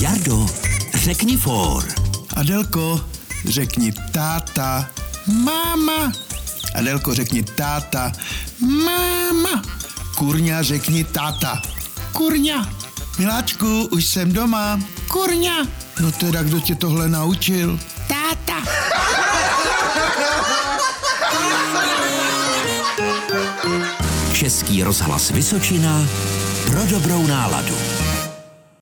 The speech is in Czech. Jardo, řekni for. Adelko, řekni táta, máma. Adelko, řekni táta, máma. Kurňa, řekni táta, kurňa. Miláčku, už jsem doma, kurňa. No teda, kdo tě tohle naučil? Táta. Český rozhlas Vysočina pro dobrou náladu.